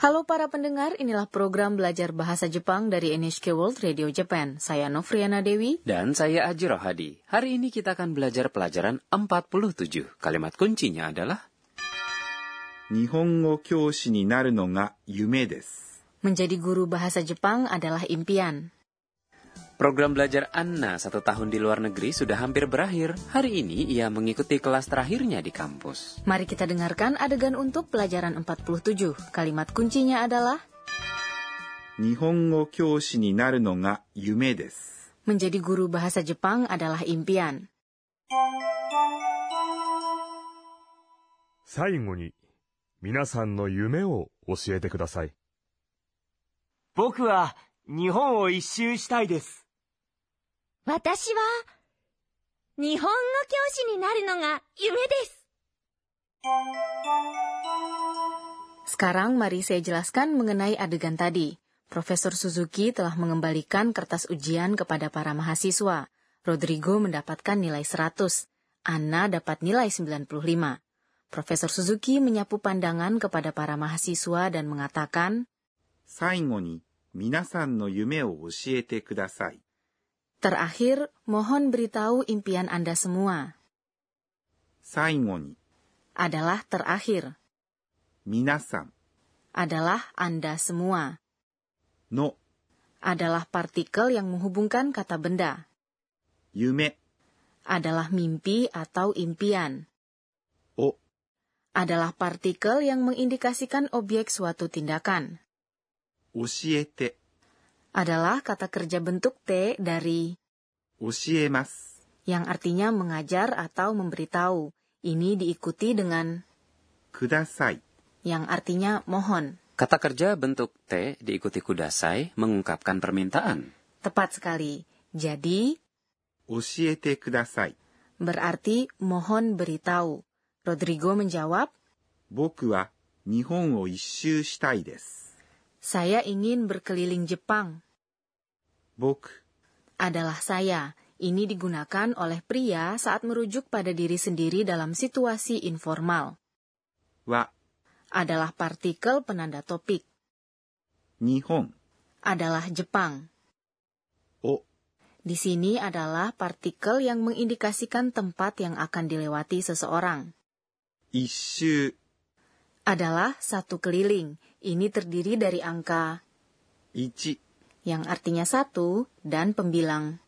Halo para pendengar, inilah program belajar bahasa Jepang dari NHK World Radio Japan. Saya Novriana Dewi. Dan saya Aji Rohadi. Hari ini kita akan belajar pelajaran 47. Kalimat kuncinya adalah 日本語教師になるのが夢です。 Menjadi guru bahasa Jepang adalah impian. Program belajar Anna satu tahun di luar negeri sudah hampir berakhir. Hari ini ia mengikuti kelas terakhirnya di kampus. Mari kita dengarkan adegan untuk pelajaran 47. Kalimat kuncinya adalah 日本語教師になるのが夢です。 menjadi guru bahasa Jepang adalah impian. 最後に、皆さんの夢を教えてください。僕は日本を一周したいです。私は、日本語教師になるのが夢です。 Sekarang mari saya jelaskan mengenai adegan tadi. Profesor Suzuki telah mengembalikan kertas ujian kepada para mahasiswa. Rodrigo mendapatkan nilai 100. Anna dapat nilai 95. Profesor Suzuki menyapu pandangan kepada para mahasiswa dan mengatakan, 最後に皆さんの夢を教えてください。 Terakhir, mohon beritahu impian Anda semua. 最後に Adalah terakhir. 皆さん Adalah Anda semua. の Adalah partikel yang menghubungkan kata benda. 夢 Adalah mimpi atau impian. を adalah partikel yang mengindikasikan objek suatu tindakan. 教えて Adalah kata kerja bentuk T dari 教えます。 yang artinya mengajar atau memberitahu. Ini diikuti dengan ください。 yang artinya mohon. Kata kerja bentuk T diikuti kudasai mengungkapkan permintaan. Tepat sekali. Jadi, 教えてください。 berarti mohon beritahu. Rodrigo menjawab, 僕は日本を一周したいです。 saya ingin berkeliling Jepang. 僕 Adalah saya. Ini digunakan oleh pria saat merujuk pada diri sendiri dalam situasi informal. は Adalah partikel penanda topik. 日本 adalah Jepang. を Di sini adalah partikel yang mengindikasikan tempat yang akan dilewati seseorang. 一周 Adalah satu keliling. Ini terdiri dari angka 一 yang artinya satu dan pembilang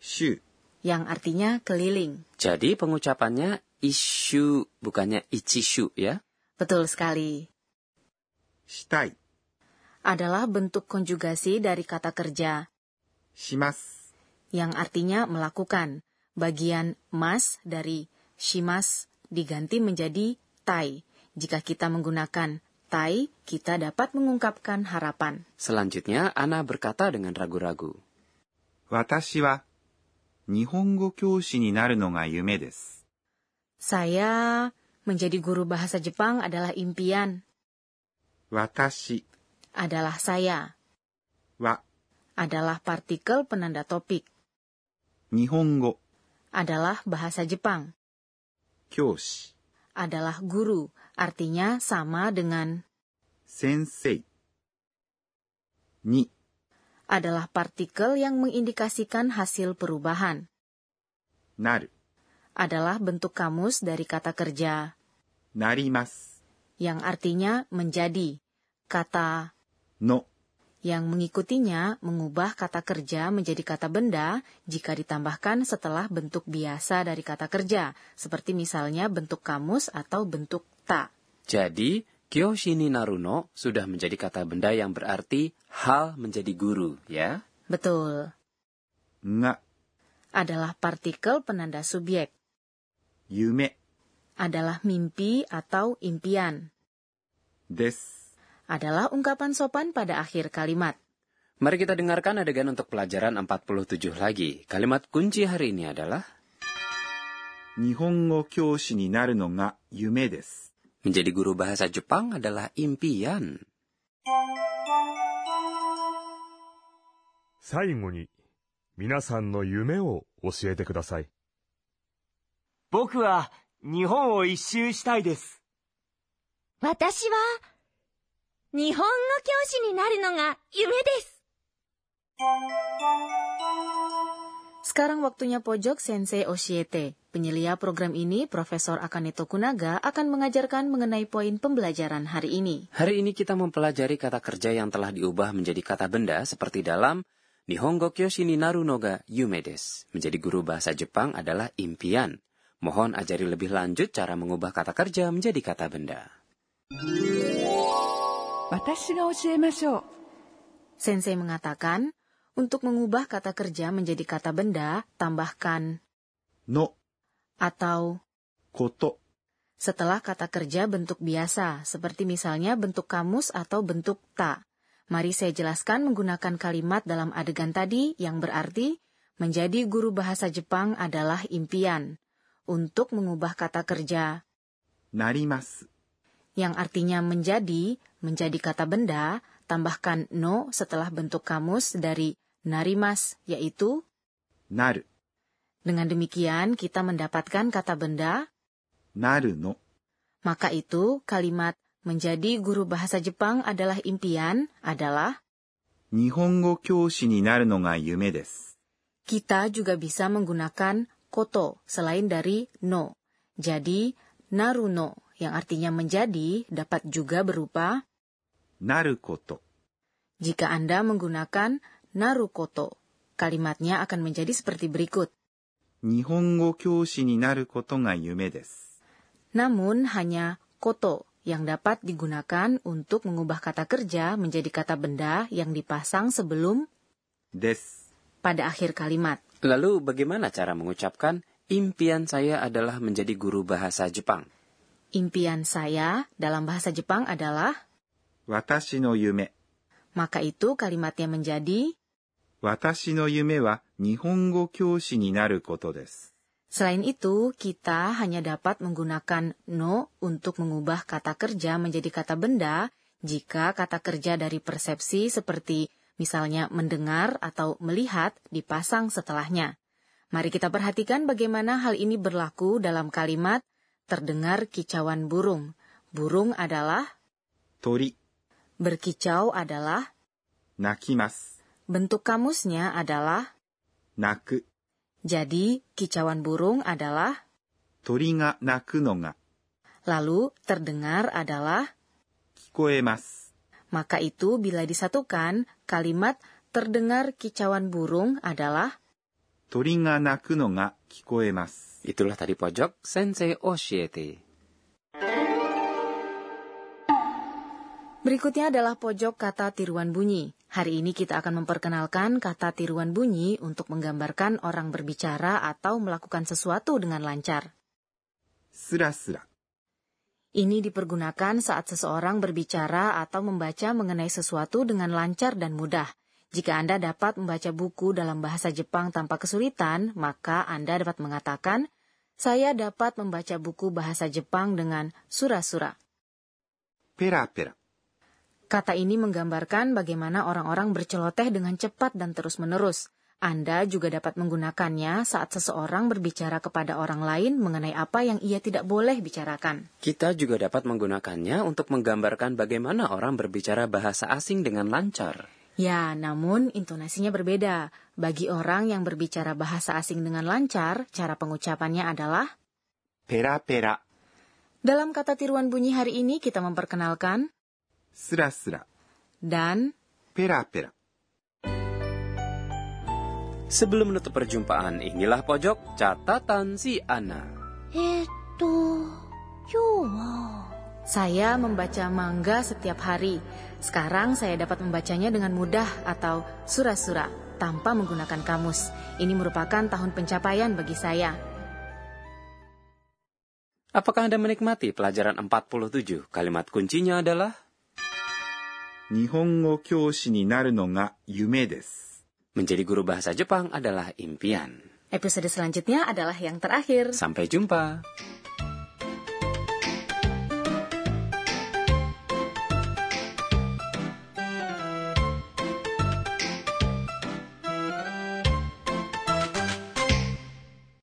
周 yang artinya keliling. Jadi pengucapannya isu bukannya ichishu ya. Betul sekali. したい Adalah bentuk konjugasi dari kata kerja します。 yang artinya melakukan. Bagian mas dari shimas diganti menjadi tai. Jika kita menggunakan tai, kita dapat mengungkapkan harapan. Selanjutnya Ana berkata dengan ragu-ragu. 私は日本語教師になるのが夢です。 Saya menjadi guru bahasa Jepang adalah impian, 私 adalah saya, は adalah partikel penanda topik, 日本語 adalah bahasa Jepang, 教師 adalah guru, artinya sama dengan 先生に adalah partikel yang mengindikasikan hasil perubahan. なる adalah bentuk kamus dari kata kerja なります yang artinya menjadi. Kata の yang mengikutinya mengubah kata kerja menjadi kata benda jika ditambahkan setelah bentuk biasa dari kata kerja, seperti misalnya bentuk kamus atau bentuk ta. Jadi, Kyoshini Naruno sudah menjadi kata benda yang berarti hal menjadi guru, ya. Betul, が adalah partikel penanda subjek, 夢 adalah mimpi atau impian, です。 adalah ungkapan sopan pada akhir kalimat. Mari kita dengarkan adegan untuk pelajaran 47 lagi. Kalimat kunci hari ini adalah 日本語教師になるのが夢です。 menjadi guru bahasa Jepang adalah impian. 最後に、皆さんの夢を教えてください。僕は日本を一周したいです。私は、日本語教師になるのが夢です。 Sekarang waktunya pojok Sensei Oshiete. Penyelia program ini, Profesor Akane Tokunaga, akan mengajarkan mengenai poin pembelajaran hari ini. Hari ini kita mempelajari kata kerja yang telah diubah menjadi kata benda seperti dalam Nihongo Kyoshi ni Naru no ga Yume desu. Menjadi guru bahasa Jepang adalah impian. Mohon ajari lebih lanjut cara mengubah kata kerja menjadi kata benda. 私が教えましょう Sensei mengatakan, untuk mengubah kata kerja menjadi kata benda, tambahkan の atau こと。 setelah kata kerja bentuk biasa, seperti misalnya bentuk kamus atau bentuk ta. Mari saya jelaskan menggunakan kalimat dalam adegan tadi yang berarti menjadi guru bahasa Jepang adalah impian. Untuk mengubah kata kerja なります。 yang artinya menjadi, menjadi kata benda, tambahkan no setelah bentuk kamus dari narimas, yaitu なる。 dengan demikian kita mendapatkan kata benda, なるの。 maka itu kalimat menjadi guru bahasa Jepang adalah impian adalah 日本語教師になるのが夢です。 kita juga bisa menggunakan koto selain dari no. Jadi naruno yang artinya menjadi dapat juga berupa なること。 Jika Anda menggunakan narukoto, kalimatnya akan menjadi seperti berikut. 日本語教師になることが夢です。 Namun hanya koto yang dapat digunakan untuk mengubah kata kerja menjadi kata benda yang dipasang sebelum です。 pada akhir kalimat. Lalu bagaimana cara mengucapkan impian saya adalah menjadi guru bahasa Jepang? Impian saya dalam bahasa Jepang adalah, 私の夢。 maka itu kalimatnya menjadi 私の夢は日本語教師になることです。 Selain itu, kita hanya dapat menggunakan no untuk mengubah kata kerja menjadi kata benda jika kata kerja dari persepsi seperti misalnya mendengar atau melihat dipasang setelahnya. Mari kita perhatikan bagaimana hal ini berlaku dalam kalimat terdengar kicauan burung. Burung adalah, 鳥、 berkicau adalah, 泣きます。 bentuk kamusnya adalah, 泣く。 jadi kicauan burung adalah, 鳥が鳴くのが lalu terdengar adalah, 聞こえます。 Maka itu bila disatukan, kalimat terdengar kicauan burung adalah 鳥が鳴くのが聞こえます。 Itulah tadi pojok Sensei Oshiete. Berikutnya adalah pojok kata tiruan bunyi. Hari ini kita akan memperkenalkan kata tiruan bunyi untuk menggambarkan orang berbicara atau melakukan sesuatu dengan lancar. すらすら、 Ini dipergunakan saat seseorang berbicara atau membaca mengenai sesuatu dengan lancar dan mudah. Jika Anda dapat membaca buku dalam bahasa Jepang tanpa kesulitan, maka Anda dapat mengatakan, "Saya dapat membaca buku bahasa Jepang dengan sura-sura." ペラペラ、 Kata ini menggambarkan bagaimana orang-orang berceloteh dengan cepat dan terus-menerus. Anda juga dapat menggunakannya saat seseorang berbicara kepada orang lain mengenai apa yang ia tidak boleh bicarakan. Kita juga dapat menggunakannya untuk menggambarkan bagaimana orang berbicara bahasa asing dengan lancar. Ya, namun intonasinya berbeda. Bagi orang yang berbicara bahasa asing dengan lancar, cara pengucapannya adalah ペラペラ、 dalam kata tiruan bunyi hari ini kita memperkenalkan すらすら、 dan ペラペラ。 Sebelum menutup perjumpaan, inilah pojok catatan si Ana. えっと、今日は、 saya membaca manga setiap hari. Sekarang saya dapat membacanya dengan mudah atau sura-sura tanpa menggunakan kamus. Ini merupakan tahun pencapaian bagi saya. Apakah Anda menikmati pelajaran 47? Kalimat kuncinya adalah 日本語教師になるのが夢です。 menjadi guru bahasa Jepang adalah impian. Episode selanjutnya adalah yang terakhir. Sampai jumpa.